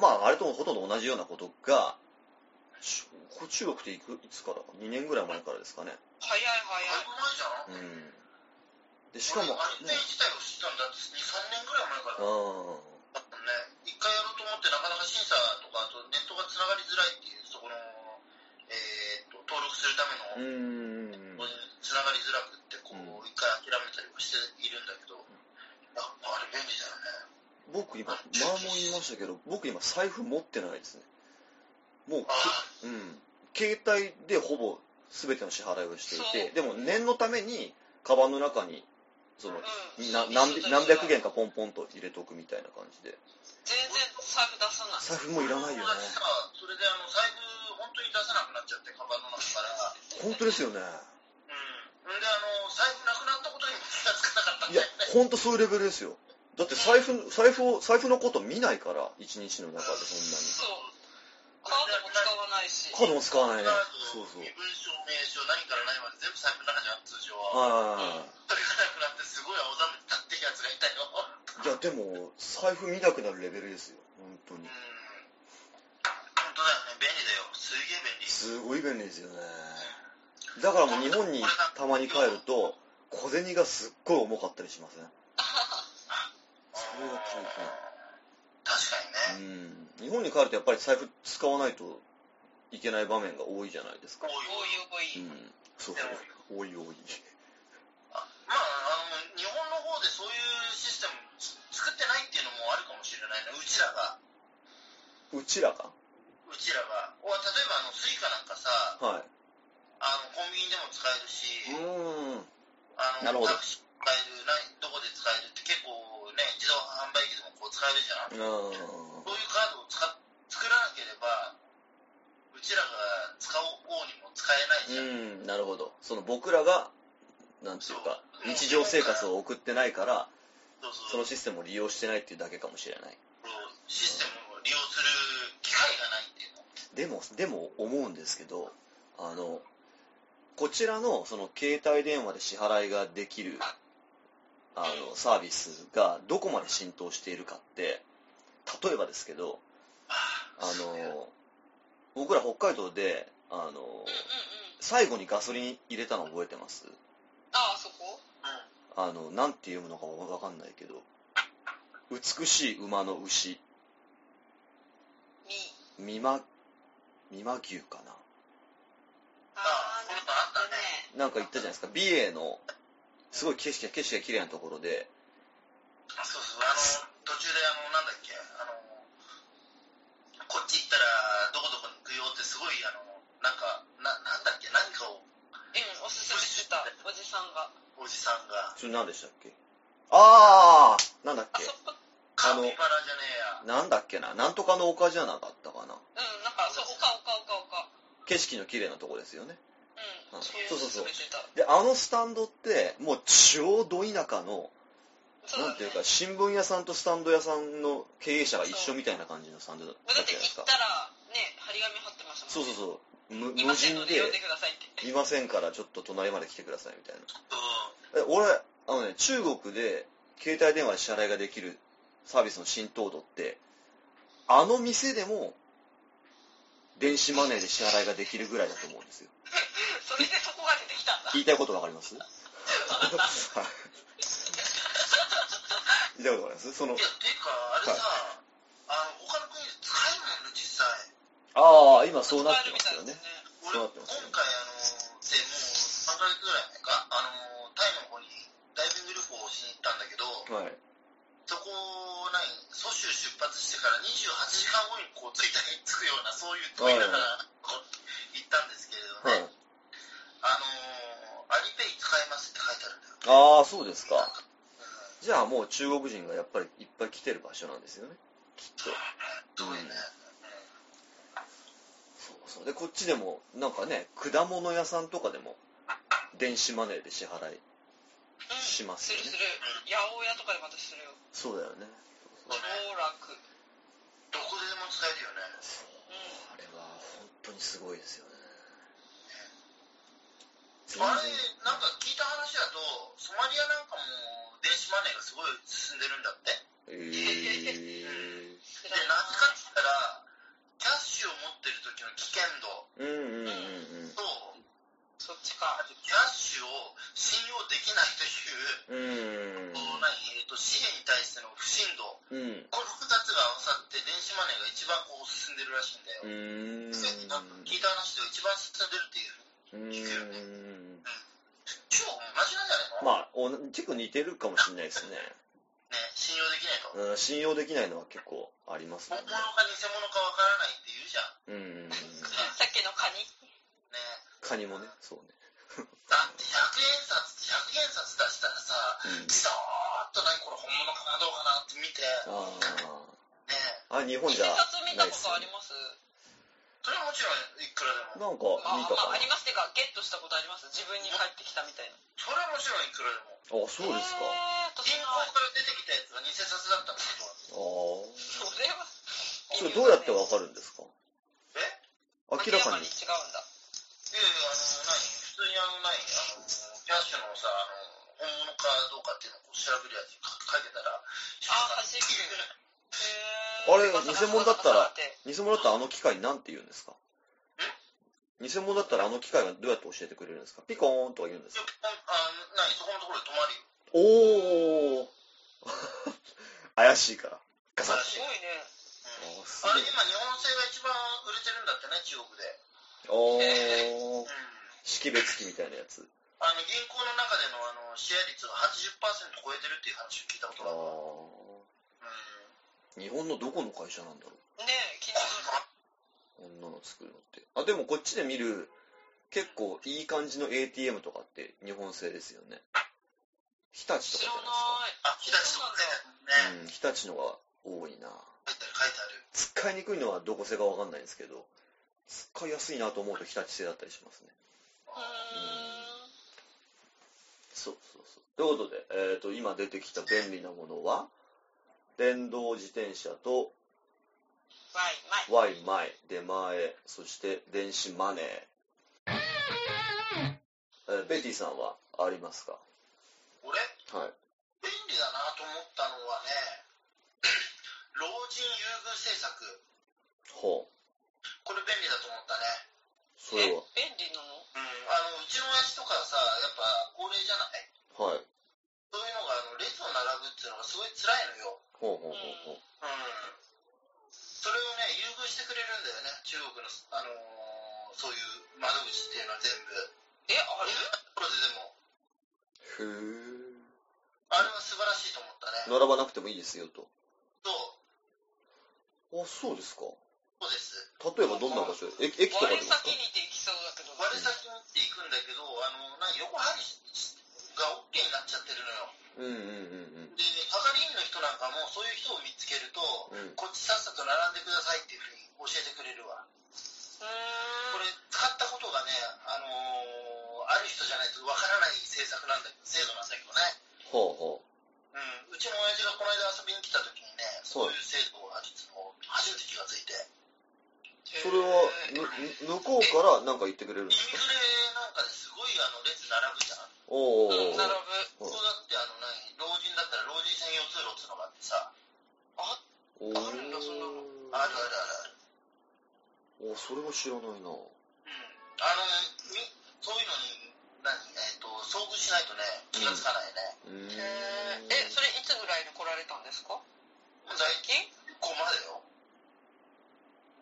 まあ、あれともほとんど同じようなことが、ちこ中国っていくいつからか、2年ぐらい前からですかね。
早い
だいぶ前じゃ
うん。
ん
で、しかも、ね
俺アリペイ自体を知ったんだって2、3年ぐらい前からだ
う
ったもんね。一回やろうと思ってなかなか審査とか、あとネットが繋がりづらいっていう、そこの、えー、と、登録するための、
ん。うん。
ここに繋がりづらくって、こ
う
う、一回諦めたりはしているんだけど、やっぱあれ便利だよね。
僕今、前も言いましたけど、僕今財布持ってないですね。もう
あ、あ、
けうん。携帯でほぼ全ての支払いをしていて、でも念のために、カバンの中に、その、
うん
な何何百元かポンポンと入れとくみたいな感じで。
全然財布出さない
財布もいらないよね。
友達さそれであの、財布本当に出さなくなっちゃって、カバンの中から。
本当ですよね。
うん。んで、あの、財布なくなったことにも気がつかなかったん
い
だ
や
よね。、
ほんとそういうレベルですよ。だって財布、財布を、財布のこと見ないから、一日の中でそ
そうカードも使わない
んなに。カードも使わない
し
ね。そ
そ
う
う
そ
そうう。身。分証、名証、何から何まで全部財布の中じゃん、通常は。
は
それがなくなって、すごい青ざめてたってやつがいたよ。う
い。いや、でも、財布見なくなるレベルですよ。本当に
ん。。本当だよね、便利だよ。すげえ便利。
すごい便利ですよね。だからもう日本にたまに帰ると、小銭がすっごい重かったりしませんそれが
確かにね。
うん。日本に帰るとやっぱり財布使わないといけない場面が多いじゃないです
こ
か。
う
お
う
いう。
いおい
ん。そうそう。多い多い。
まあ、あの、日本の方でそういうシステム作ってないっていうのもあるかもしれないね。うちらが。
うちらか
うちらが。お例えば、あの、スイカなんかさ、
は
あの、コンビニでも使える
い。
し、
うーん。
あ
な
の、
るほど
タクシー使える、何どこで使えるって結構ね、自動販売機でもこう使えるじゃん。
うん。
そういうカードを使っ作らなければ、うちらが使おうにも使えないじゃん。
うん、なるほど。その僕らが、なんていうか、日常生活を送ってないから、そ
そうそう
のシステムを利用してないっていうだけかもしれない。
システムを利用する機会がないっていうの。
でも、でも思うんですけど、あの、こちらのその携帯電話で支払いができる、あの、サービスがどこまで浸透しているかって、例えばですけど、あの、僕ら北海道で、あの
うんうんう、ん
最後にガソリン入れたの覚えてます
ああそこ
あの、なんて読むのかわかんないけど、美しい馬の牛、
み
美馬、美馬牛かな。
ああ
ー
そんなのあったね
なんか言ったじゃないですか、美瑛の、すごい景色が、景色が綺麗なところで、
そうそう、あの、途中であの、なんだっけ、あの、こっち行ったら、どこどこに行くよってすごい、あの、なんか、な、なんだっけ、何かを、
うんおすすめしてたおじさんが
おじさんが、
それ何でしたっけあーなんだっ
あ
け
そこ
あ
カ
の
ピバラじゃねえや。
なんだっけななんとかの丘じゃなかったかな
うんなんかそうおかおかおかおか
景色の綺麗なとこですよね。
う
うんん
そういう
そ
お
うそう
すす
そう
めしてた
で、あのスタンドって、もうちょうど田舎の、
そ
な
だ
ん
ね
ていうか、新聞屋さんとスタンド屋さんの経営者が一緒みたいな感じのスタンドだっ
だ
たじ
っ
ゃ
て
ないです
行
か
っ。たらねね張り紙貼ってましたもん
そうそ
ね
うそうむ
い
無
ません
人
ので
で
呼んでくださいって
いませんからちょっと隣まで来てくださいみたいな
う
え俺あのね中国で携帯電話で支払いができるサービスの浸透度ってあの店でも電子マネーで支払いができるぐらいだと思うんですよ
それでそこが出てきたんだ
言いたいことわかります はい言いたいことわかりますその
んいやていうかあれさ、あの他の国で使えるもんね実際
ああ今そうなってますよね
俺
そうな
今
ってますよ
回あのでもう3ヶ月ぐらい前かあのタイの方にダイビング旅行をしに行ったんだけど
はい
そこない蘇州出発してから28時間後にこう着いたに着くようなそういう遠いながらこう行ったんですけれど
はい
ね、あのアリペイ使えますって書いてあるんだよ
ああそうですか
うん
じゃあもう中国人がやっぱりいっぱい来てる場所なんですよねきっと
すごいね、
そうそうでこっちでもなんかね果物屋さんとかでも電子マネーで支払い
うん
します
す
よ
る
ね
する八百屋とかでまたするよ
そうだよね
超楽
どこででも使えるよね
そう
う
あれは本当にすごいですよね全
あ
然
れなんか聞いた話だとソマリアなんかも電子マネーがすごい進んでるんだって
えー
知
で
ら
なぜか
な
って言ったらキャッシュを持ってる時の危険度
うんうんうんうん
と
そっち
あ
か
とキャッシュを信用できないとい
うんうん
うこの何えーと支援に対しての不信度
うん
この2つが合わさって電子マネーが一番こう進んでるらしいんだ
う
よ、
ん
なんか聞いた話では一番進んでるっていう
うん
超同じなんじゃ
ま
ないの、
あおな結構似てるかもしれないですね、
ね、信用できないと
うん、信用できないのは結構ありますもん
本
ね
物か偽物かわからな
うんうんうん
いって言うじゃん
さっきのカニ
ね
カニもねそうね
だって100円札100円札出したらさ
うん
じどーっと何これ本物かなどうかなって見てね
あああ日本
偽
じゃ
札見た
ないっ
こ
す
と
よ
あ
ね
ります
それはもちろんいくらで
なん
も
か
あ
見た
ま
か
あありますっていうかゲットしたことあります自分に返ってきたみたいな
それはもちろんいくらでも
なあそうですか
えー、私
銀行
は
から出てきたやつが偽札だったんだけど
ああ
それは
それどうやってわかるんですか
え
明らか
明ら
に
かに違うんだ
いやいやあの何普通にあの何あのキャッシュのさあの本物かどうかっていうのをこう調べるやつに書書いてたら
あ走る
あれ偽物だったら偽物だったらあの機械なんて言うんですか偽物だったらあの機械はどうやって教えてくれるんですかピコーンとか言うんです
あ
か
の何そこのところで止まる
お
よ
お 怪しいからガサッ
すごいね
うん
あす
あ
ご
れ
い
今日本製が一番売れてるんだってね中国で
お
へ
ー識別機みたいなやつ
あの銀行の中でのあのシェア率が80%超えてるっていう話を聞いたこ
あ
とがある、うん、
ー日本のどこの会社なんだろ
ねえ気にな
うこんな
る
の作るのってあでもこっちで見る結構いい感じの ATM とかって日本製ですよね日立と
知ら
か
な
あ日立とか
じゃない
ね、
ですか、うん、日立のが多いな
書いて
使い
ある書いてある
にくいのはどこ製かわかんないんですけど使いやすいなと思うと日立製だったりしますね
い
そうそうそう。ということで、えー、と今出てきた便利なものは、電動自転車と
まい
Y 前、出前、そして電子マネー。えーベティさんはありますか
俺
はい。
便利だなと思ったのはね 老人優遇政策
ほう。
これ便利だと思ったね
それは。
え便利なの
うんあのうちの親父とかさやっぱ高齢じゃな
はい。
いそういうのがあの列を並ぶっていうのがすごい辛いのよ
ほうほうほうほう。
うんそれをね優遇してくれるんだよね中国の、あのーそういう窓口っていうのは全部
え
あ
あ
れ
れ
とこ
へ
ろででも
ー
あれは素晴らしいと思ったね
並ばなくてもいいですよと。
そう
あ、そうですか。
そうです
例えばどんな場所駅駅とかでもで
我
すか
先にできそうだけど
我先にって行くんだけどあのな横入りが OK になっちゃってるの
う
よ
んうんうん
で係員の人なんかもそういう人を見つけると
うん。うん。
こっちさっさと並んでくださいっていうふうに教えてくれるわ
う
こ
ーん
れ使ったことがねあのーある人じゃないとわからない政策なんだけど制度なんだけどね
ほうほ
うん、うちの親父がこの間遊びに来た時にね、
そ
そうういう制度があるっていうのを初めて気がついて、
へ
それはぬ向こうからなんか言ってくれるんで
イ
す
ン
か
フレなんかですごいあの列
おお、
並ぶじゃん。
うん、並ぶ。
ここだってあの何老人だったら老人専用通路っつうのがあってさ、
あ、
お
あるんだそんな
あ
の
る
お
あるある。
それは知らないな
うん。あの、みそういうのに、何、えっ、と、遭遇しないとね、気がつかないね。
うーん
へえ。え、それいつぐらいに来られたんですか
最近、
最近
ここまでよ。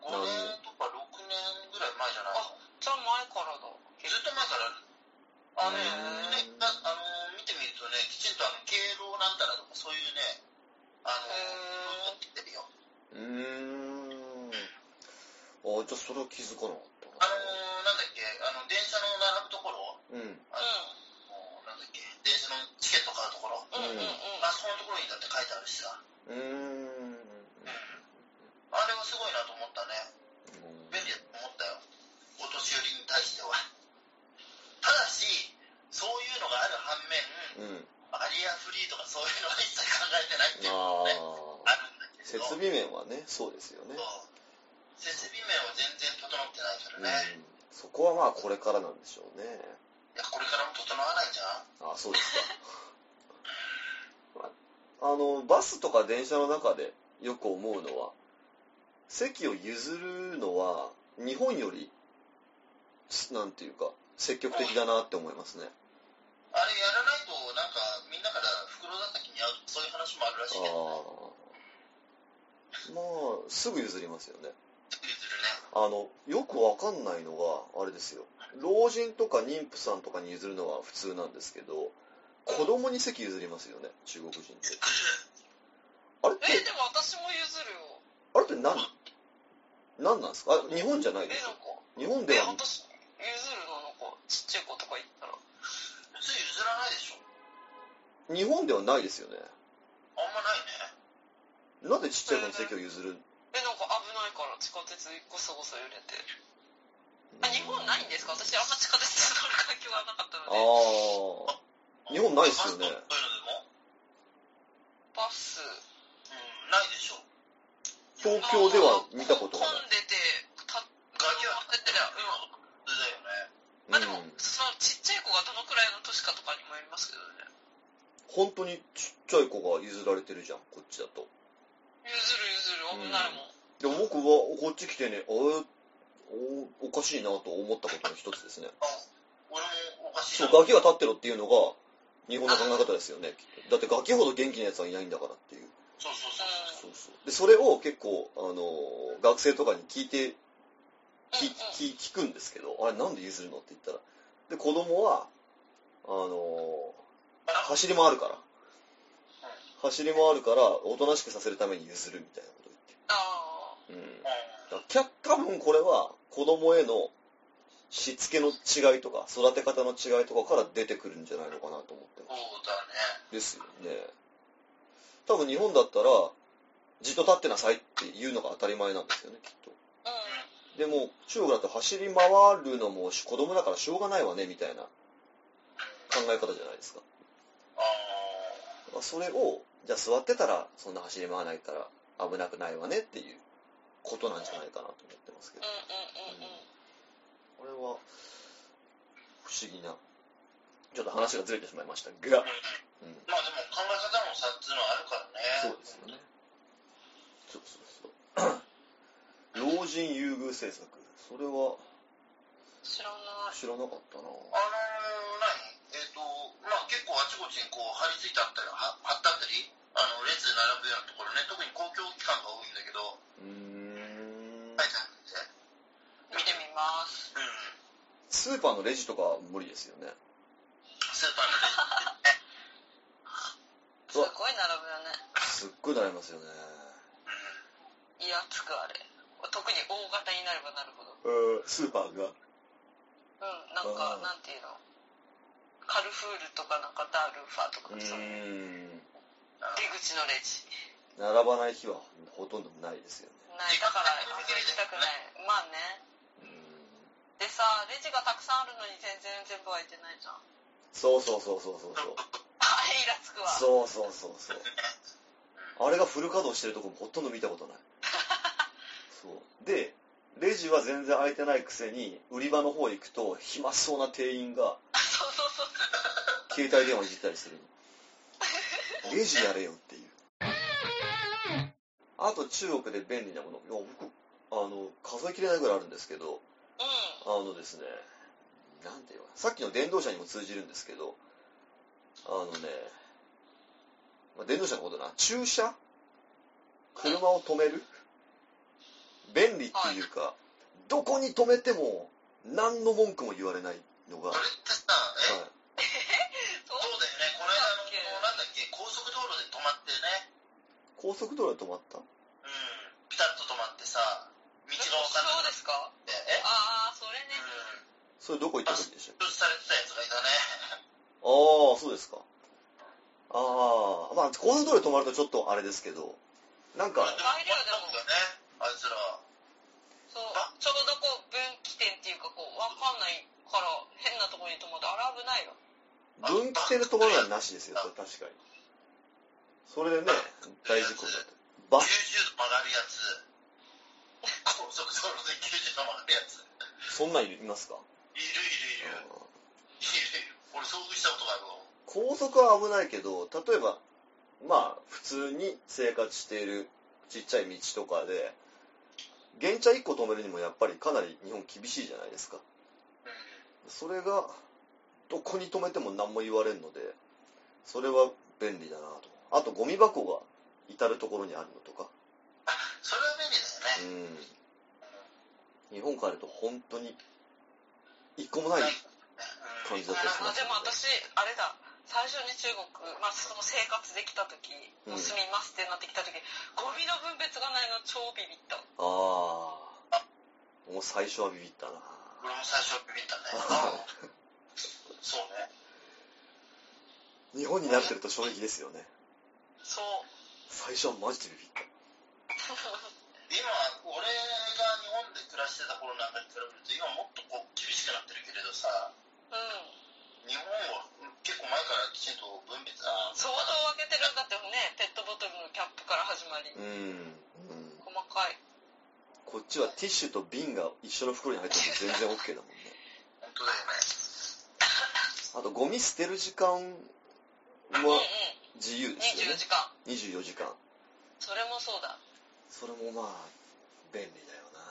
5
なん
年とか6年ぐらい前じゃない
あじゃあ前からだ。
ずっと前からあのね、
へー
ねああのー見てみるとね、きちんとあの敬老なんたらとかそういうね、あのー、出てるよ。
うーんあじゃあそれは気づかなかっ
あのー、なんだっけ、あの、電車の並ぶところ、
たなうん
あのー、なんだっけ、電車のチケット買うところ、あ
うんうんうんうん。
そこのところにだって書いてあるしさ、
うーん
あれはすごいなと思ったね。便利だと思ったよ。お年寄りに対しては。ただし、そういうのがある反面、
うん、うん、
バリアフリーとかそういうのは一切考えてないっていうのも
あ
ね、あ
あ
るんだけ
設
ど。
備面はねそうですよね
そう設備面は全然整ってないか
う
らね、い
んそこはまあこれからなんでしょうね
やこれからも整わないんじゃん
あそうですか まああのバスとか電車の中でよく思うのは席を譲るのは日本よりすなんていうか積極的だなって思いますね
あれやらないとなんかみんなから袋叩きに遭うそういう話もあるらし
あ
いけど
あまあすぐ譲りますよね
譲るね
あのよくわかんないのがあれですよ老人とか妊婦さんとかに譲るのは普通なんですけど子供に席譲りますよね中国人ってあれって
え、でも私も譲るよ。
あれって何何なんですかあ日本じゃないで
え、
し
な
ょ
んか。
日本で
え、
は
私、譲るのなんか、ちっちゃい子とか行ったら。
普通譲らないでしょ
日本ではないですよね
あんまないね
なぜちっちゃい子に席を譲る
え、なんか危ないから地下鉄ごそごそ揺れて。あ、日本ないんですか私あんま地下鉄乗る環境がなかった
あ
ので。
日本ないっすよね
バスと
東
かそういうのでもうんないでしょ
バス。
京では見たことが
混
ない
んでて、た、
ガキは
乗ってたら、うん。
普通だよね
まあ
う
でも、
ん、
そのちっちゃい子がどのくらいの年かとかにもよりますけどね。
本当にちっちゃい子が譲られてるじゃんこっちだと
譲る譲る、危ないもん。
でも僕はこっち来てねあーおおかしいなと思ったことの一つです ね
あ俺もおかしい
そう
な
ガキが立ってろっていうのが日本の考え方ですよねきっとだってガキほど元気なやつはいないんだからっていう
そうそうそう
うん
そうそうでそれを結構、あのー学生とかに聞いて
うん
聞
うん
聞聞くんですけどあれなんで譲るのって言ったらで子供はあの
あ
ー走り回るから走り回るからおとなしくさせるために譲るみたいなこと
ああ。
言ってる、うん、
うん
だから多分これは子供へのしつけの違いとか育て方の違いとかから出てくるんじゃないのかなと思ってま
そうだね
すですよね多分日本だったらじっと立ってなさいっていうのが当たり前なんですよねきっと
うん。
でも中国だと走り回るのも子供だからしょうがないわねみたいな考え方じゃないですか
ああ
だからそれをじゃあ座ってたらそんな走り回らないから危なくないわねっていうことなんじゃないかなと思ってますけど
うんうんうんうん。
これは不思議なちょっと話がずれてしまいましたが、うん、
まあでも考え方の差っていうのはあるから
そ
ね
うですよねそうそうそう老人優遇政策それは
知らない。
知らなかったな
あのー、何えっ、と、まあ結構あちこちにこう張り付いてあったり、は張ったったり、あの、列に並ぶようなところね、特に公共機関が多いんだけど、
うーん
書いてあるんで。
見てみます。
うん。
スーパーのレジとかは無理ですよね
スーパーのレジ。
すごい並ぶよね。
すっごいなりますよね
イラつくあれ。特に大型になればなるほど。
スーパーが
うん、な
う
ん
ん
か、なんていうの。カルフールとかなんかダルファと
う
かそうい
ー
う。
ん
出口のレジ。
並ばない日はほとんどないですよね
ない。だから、あんまり行きたくない。まあね。
うーん
でさ、レジがたくさんあるのに全然全部開いてないじゃん。
そうそうそうそうそうそう
あれイラつくわ。う。
そうそうそう そうあれがフル稼働してるとこもほとんど見たことないそうでレジは全然開いてないくせに、売り場の方行くと、暇そうな店員が、
そうそうそうそう
携帯電話いじったりするのレジやれよっていうあと中国で便利なものいや僕あの数えきれないぐらいあるんですけど
うん
あのですねなんていうかさっきの電動車にも通じるんですけどあのね、まあ電動車のことだな駐車車を止める便利っていうかどこに止めても何の文句も言われないのが、は
それってさ、え、
い
そ
そ
う
う
だよね、この間の、なんだっけ、高速道路で止まってね、
高速道路で止まった
うん、ピタッと止まってさ、道の分かん
そう
なくなっ
ですか
て、え
ああそれね
うん、
それどこ行った時でしたっけ
ブースされてたやつがいたね。
ああ、そうですか。ああ、まあ、高速道路で止まるとちょっとあれですけど、なんか、
入れたんだよね、あいつら。
そうちょうどこう分岐点っていうかこう分かんないから変なところに止まってあれ危ないわ
分岐点で止まるのはなしですよ、それ確かに。それでね、大事故になった。バス、
90度曲がるやつ。高速道路で90度曲がるやつ。
そんなんいますか
いるいるいる。
うん
いるいる。俺遭遇したことがあるわ。
高速は危ないけど、例えば、まあ、普通に生活しているちっちゃい道とかで、原チャ1個止めるにもやっぱりかなり日本厳しいじゃないですか。それが、どこに止めても何も言われんので、それは便利だなと。あと、ゴミ箱が至る所にあるのとか。
それは便利だよね。
うん。日本帰ると本当に、一個もない。
うん
感じだったりし
あ
ま
の
す
でも私あれだ最初に中国、まあ、その生活できた時
うん
もう住みますってなってきた時、ゴミの分別がないの超ビビった
ああ。もう最初はビビったな。
俺も最初ビビったね。 そうね。
日本になってると衝撃ですよね。
そう
最初はマジでビビっ
今、俺が日本で暮らしてた頃なんかに比べると、今もっとこう厳しくなってるけれどさ、
うん
日本は結構前からきちんと分別、あ
相当分けてるんだってねペットボトルのキャップから始まり
た。うん。うん。
細かい
こっちはティッシュと瓶が一緒の袋に入ってると全然 OK だもんね。
本当だ
あ
よね。
と、ゴミ捨てる時間は
うんうん
自由ですよね。
24時
24
間
時間。
それもそうだ
それもまあ、便利だよ な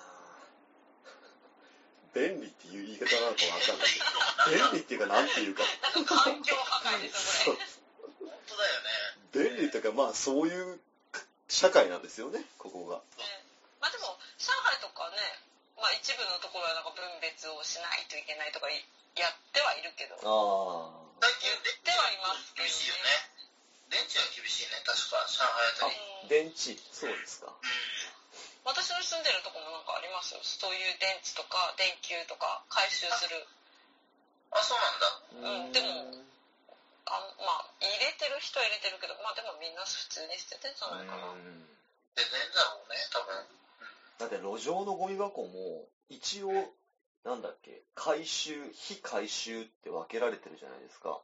便利っていう言い方なのかわかんない。便利っていうか、なんていうか。
なんか環境破壊です
そ
よ
う
これ
本当だよね。
便利っていうか、まあ、そういう社会なんですよね、ここが。
ねまあでも上海とかね、まあ、一部のところはなんか分別をしないといけないとかいやってはいるけど
あ
最
言
近
ってはいますけ
厳
どね
しいよね。電池は厳しいね、確か、上海あたり。
うん
電池。そうですか。
う
私の住んでるとこもなんかありますよそういう電池とか電球とか回収する
ん。あ、そうなんだ。
うんでもあまあ入れてる人は入れてるけどまあでもみんな普通に捨ててんじゃないかな、
うん
で、全然だろうね、多分。
だって路上のゴミ箱も、一応、なんだっけ、回収、非回収って分けられてるじゃないですか。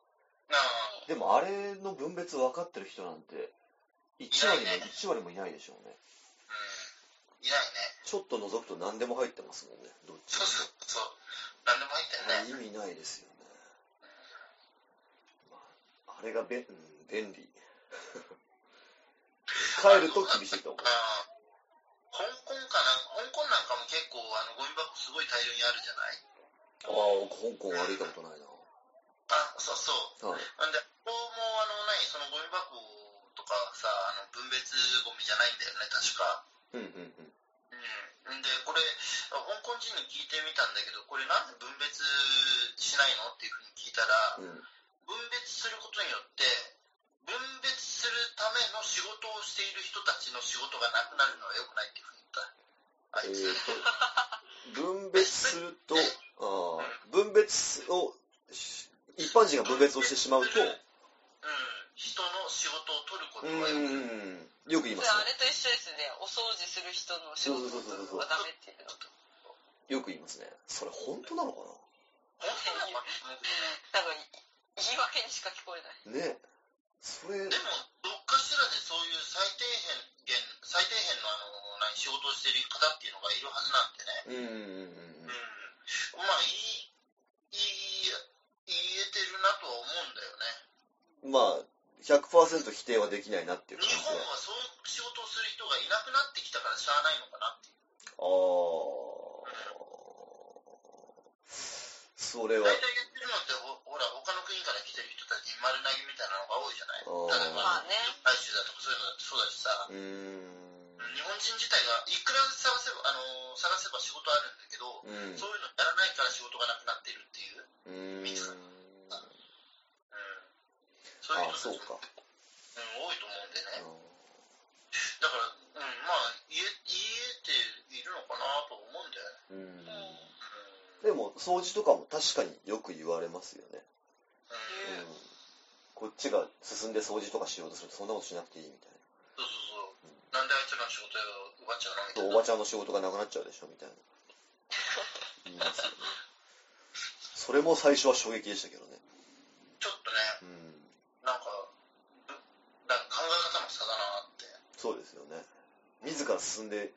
なあ、
でもあれの分別分かってる人なんて、1割も、1割もいないでしょうね。
うん。いないね。
ちょっと覗くと何でも入ってますもんね、どっち
そう
も。
そうそう。なんでも入ってんね。
意味ないですよね。まあ、あれがべ、うん、便利。 帰ると厳しいと思う。
ああ香港かな、香港なんかも結構、あの、ゴミ箱すごい大量にあるじゃない
ああ、香港悪いたことないな。
あ、そうそ
は
う。
い。
なんで、こうも、あの、何、そのゴミ箱とかさ、あの、分別ゴミじゃないんだよね、
うんう
確か。
んうん。
うん、でこれあ香港人に聞いてみたんだけどこれなんで分別しないのっていうふうに聞いたら
うん、
分別することによって分別するための仕事をしている人たちの仕事がなくなるのは良くないっていうふうに言ったあ
え
い
ーと、分別する
つ、
と、あー分別をし、一般人が分別をしてしまうと、
うん、人の仕事を取るこ
う
とは良
ん、よく
くない、
言い
そ
ます
れあれと一緒ですねお掃除する人の仕事はダメっていうのと
ね。よく言いますね。それ本当なのか
本当なのかな
なんか言い訳にしか聞こえない
なね。それ、
でもどっかしらでそういう最低限最低限のあの何仕事をしてる方っていうのがいるはずなんで
うんう
ね。
んうんうん
うん。まあ、いい、いい、言えてるなとは思
うん。まあ、
うんだよ
100%否定はできないなっていう
ね。日
感じで。
本はそういう仕事をする人がいなくなってきたからしゃあないのかなっていう。
ああ。それは
大体や、ってるのってほ、ほら、他の国から来てる人たちに丸投げみたいなのが多いじゃない
おー
例え
ま
ば
あ、ね。
愛知だとかそういうのだってそうだしさ。
うーん。
日本人自体がいくら探せば、あの探せば仕事あるんだけど、
うん。
そういうのやらないから仕事がなくなってるってい
うーん。
う、そういう
あ、
の
そうか。
が、うん、多いと思うんで
う
ね、
ん
だから、うん、まあ言え、言えているのかなと思うん
う
だよね。
ん
うん
でも、掃除とかも確かによく言われますよね。
うん
うんこっちが進んで掃除とかしようとすると、そんなことしなくていいみたいな。
そうそうそう、なんであいつらの仕事を奪っちゃうのみたい
とお
な。
ばちゃんの仕事がなくなっちゃうでしょみたいな。言いますよね。それも最初は衝撃でしたけどね。
ちょっとね、
うん。
なんか、ぶなんか考え方の差だなって。
そうですよね。自ら進んで、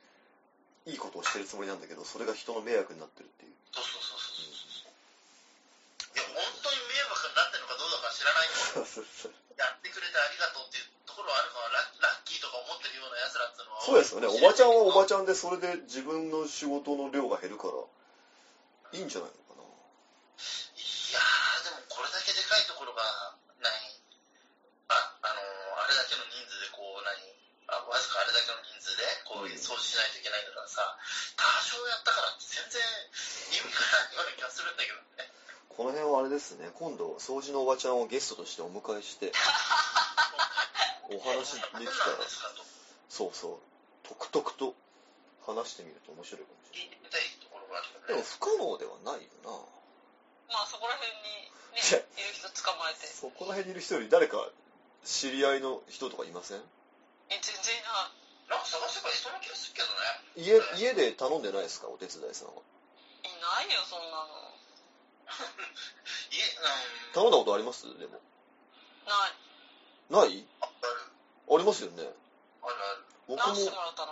いいことをしてるつもりなんだけど、それが人の迷惑になってるっていう。
そうそうそうそうそう。いや、本当に迷惑になってるのかどうだか知らない
そ
けど。
うそうそう
やってくれてありがとうっていうところはあるからララッキーとか思ってるような奴らっていうのは
そうですよね。おばちゃんはおば
ちゃん
ちゃんで、それで自分の仕事の量が減るから、いいんじゃないのかな。
いやーでもこれだけでかいところが何ああのーあれだけの人数でこう何あわずかあれだけの人数でこ
う
う
ん
掃除しないといけないんだからさ多少やったからって全然意味がないような気がするんだけどね
この辺はあれですね。今度、掃除のおばちゃんをゲストとしてお迎えして、お話できた
何
ら
な、んですかと
そうそう、とくとくと話してみると面白いかもしれ
言いたいところがあ
な
る
い。でも
よね
不可能ではないよな。
まあそこら辺にね、
いや
いる人捕まえて。
そこら辺にいる人より誰か知り合いの人とかいません
え、全然いな
なんか探せばいそうな気がするけどね
家、家で頼んでないですかお手伝いさんは。
い。いないよ、そんなの。
いえうん
頼
ある
んだことありますでも。
な
な
い。
い
あ
ありますよね。
るある
僕も
何してもらったの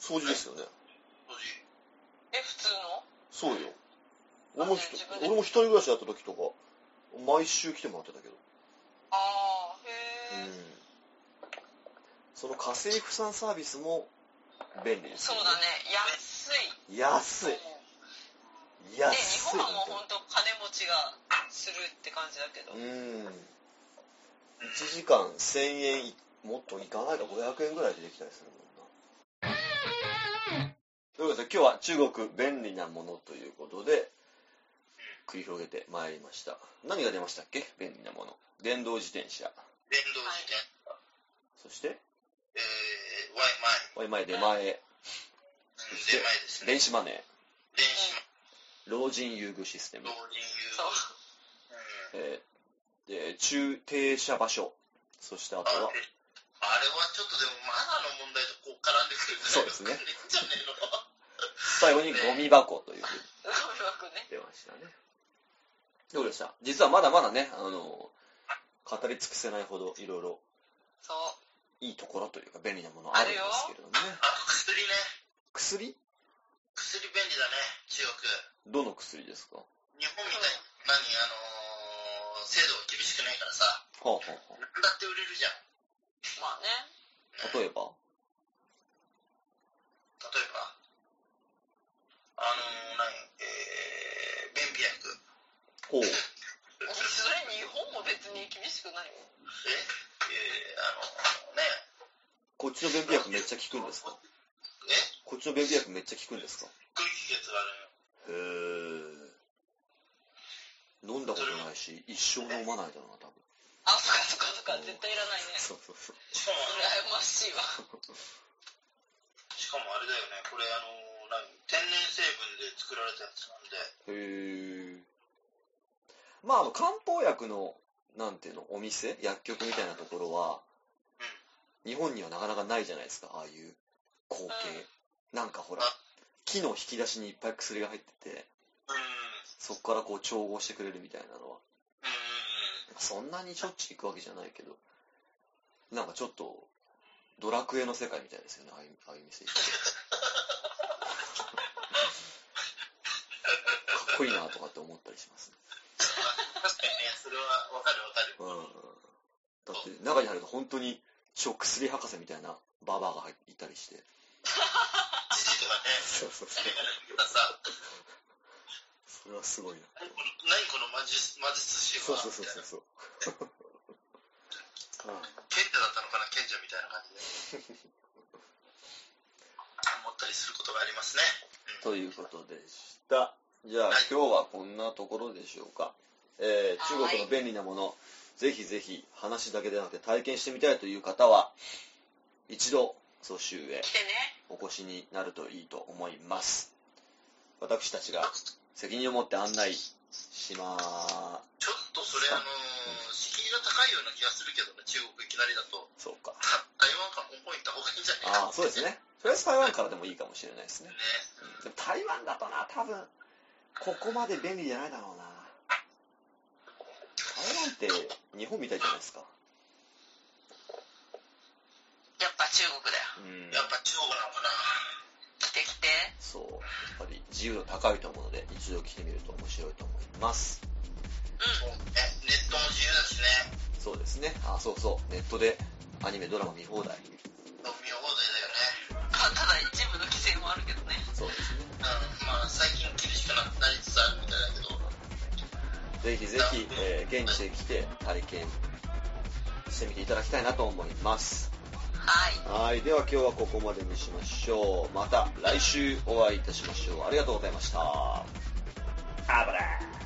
掃除ですよね。
当時
え、普
そ
通の
うよ。俺もひと
自分で
俺も一人暮らしだった時とか、毎週来てもらってたけど。
ああ、
うん
へえ。
その家政婦さんサービスも便利です
そ
よ
うだね。安い。
安い
で、
安い
日本はもう本当金持ちがするって感じだけど。
う
うん。
ん1時間1000円いもっといかないか500円ぐらいでできたりするもんなということで今日は中国便利なものということで繰り広げてまいりました何が出ましたっけ便利なもの電動自転車
電動自転
そして
えー、ワイマイ。
おい前出前
うん出前ですね。
電子マネ
電子
ー老人優遇システム
の老人流。う
そう。
ん
えーで中停車場所そしてあと
あ
は
であれはちょっとでもマナーの問題とこう絡んでくる
そうですね
絡んいんじゃねえの
最後にゴミ箱というふうに
うまくね。
出ましたねどうでした実はまだまだねあの語り尽くせないほどいろいろ
そう。
いいところというか便利なものあるんですけれどもね
あと薬ね。
薬
薬便利だね、
ど
中国。
の薬ですかは
日本みたいに、何、あのー、制度が厳しくないからさ、
あ、はあは
なんだって売れるじゃん。
まあね。
あ、例えば
例えば、あのー、何、えー、便秘薬。
ほう
それ日本も別に厳しくないよ。
え、えー、あのー、ね、
こっちの便秘薬めっちゃ効くんですか
え、
こっちの便秘薬めっちゃ効くんですか
空気血があるのよ。
へえ飲んだことないし一生飲まないだろうな多 分
あ、そっかそっかそっか。絶対いらないね。
そうそうそう
しかもあれ
羨ましいわ。
しかもあれだよね、これあのー、何天然成分で作られたやつなん
へ
で、
え。まあ、あの、漢方薬の、なんていうの、お店薬局みたいなところは、日本にはなかなかないじゃないですか、ああいう光景。なんかほら
あ、
木の引き出しにいっぱい薬が入ってて、
うん、うん、
そこからこう調合してくれるみたいなのは、
うん、
そんなにしょっちゅう行くわけじゃないけど、なんかちょっと、ドラクエの世界みたいですよね、ああいうああいう店行って。かっこいいなとかって思ったりしますね。
確かにね、それはわかるわかる。
うん。だって中に入ると本当に超薬博士みたいなババアが入っていたりして。
じじいとかね、
そうそうそう。
誰がなんかさ、
それはすごいな。
何この何この魔術魔術師
そう
は、
そうそう
みたいな。
そう。うん
賢者だったのかな、賢者みたいな感じで。思ったりすることがありますね。
ということでした。じゃあ今日はこんなところでしょうか。えー中国の便利なもの、ぜひぜひ話だけでなくて体験してみたいという方は、一度蘇州へ
来てね。
お越しになるといいと思います。私たちが責任を持って案内しま
ちょっとそれ、あのー、敷居が高いような気がするけどね、中国いきなりだと。
そうか。
台湾か香港行った方がいいんじゃないか
ああ、そうですね。とりあえず台湾からでもいいかもしれないですね
ね。。
うんでも台湾だとな、多分、ここまで便利じゃないだろうな。台湾って日本みたいじゃないですか。
やっぱ中国だよ。
うん。
やっぱ中国なのかな。
来て来て。
そう。やっぱり自由度高いと思うので、一度来てみると面白いと思います。
そうね。ネットも自由だしね。
そうですね。あ、そうそう。ネットでアニメ、ドラマ見放題。
飲み放題だよね。
まあ、ただ一部の規制もあるけどね。
そうですね。
うんまあ最近厳しくなりつつあるみたいだけど、
ぜひぜひ、えー現地へ来て体験してみていただきたいなと思います。
はい。
はい。では今日はここまでにしましょう。また来週お会いいたしましょう。ありがとうございました。あばらー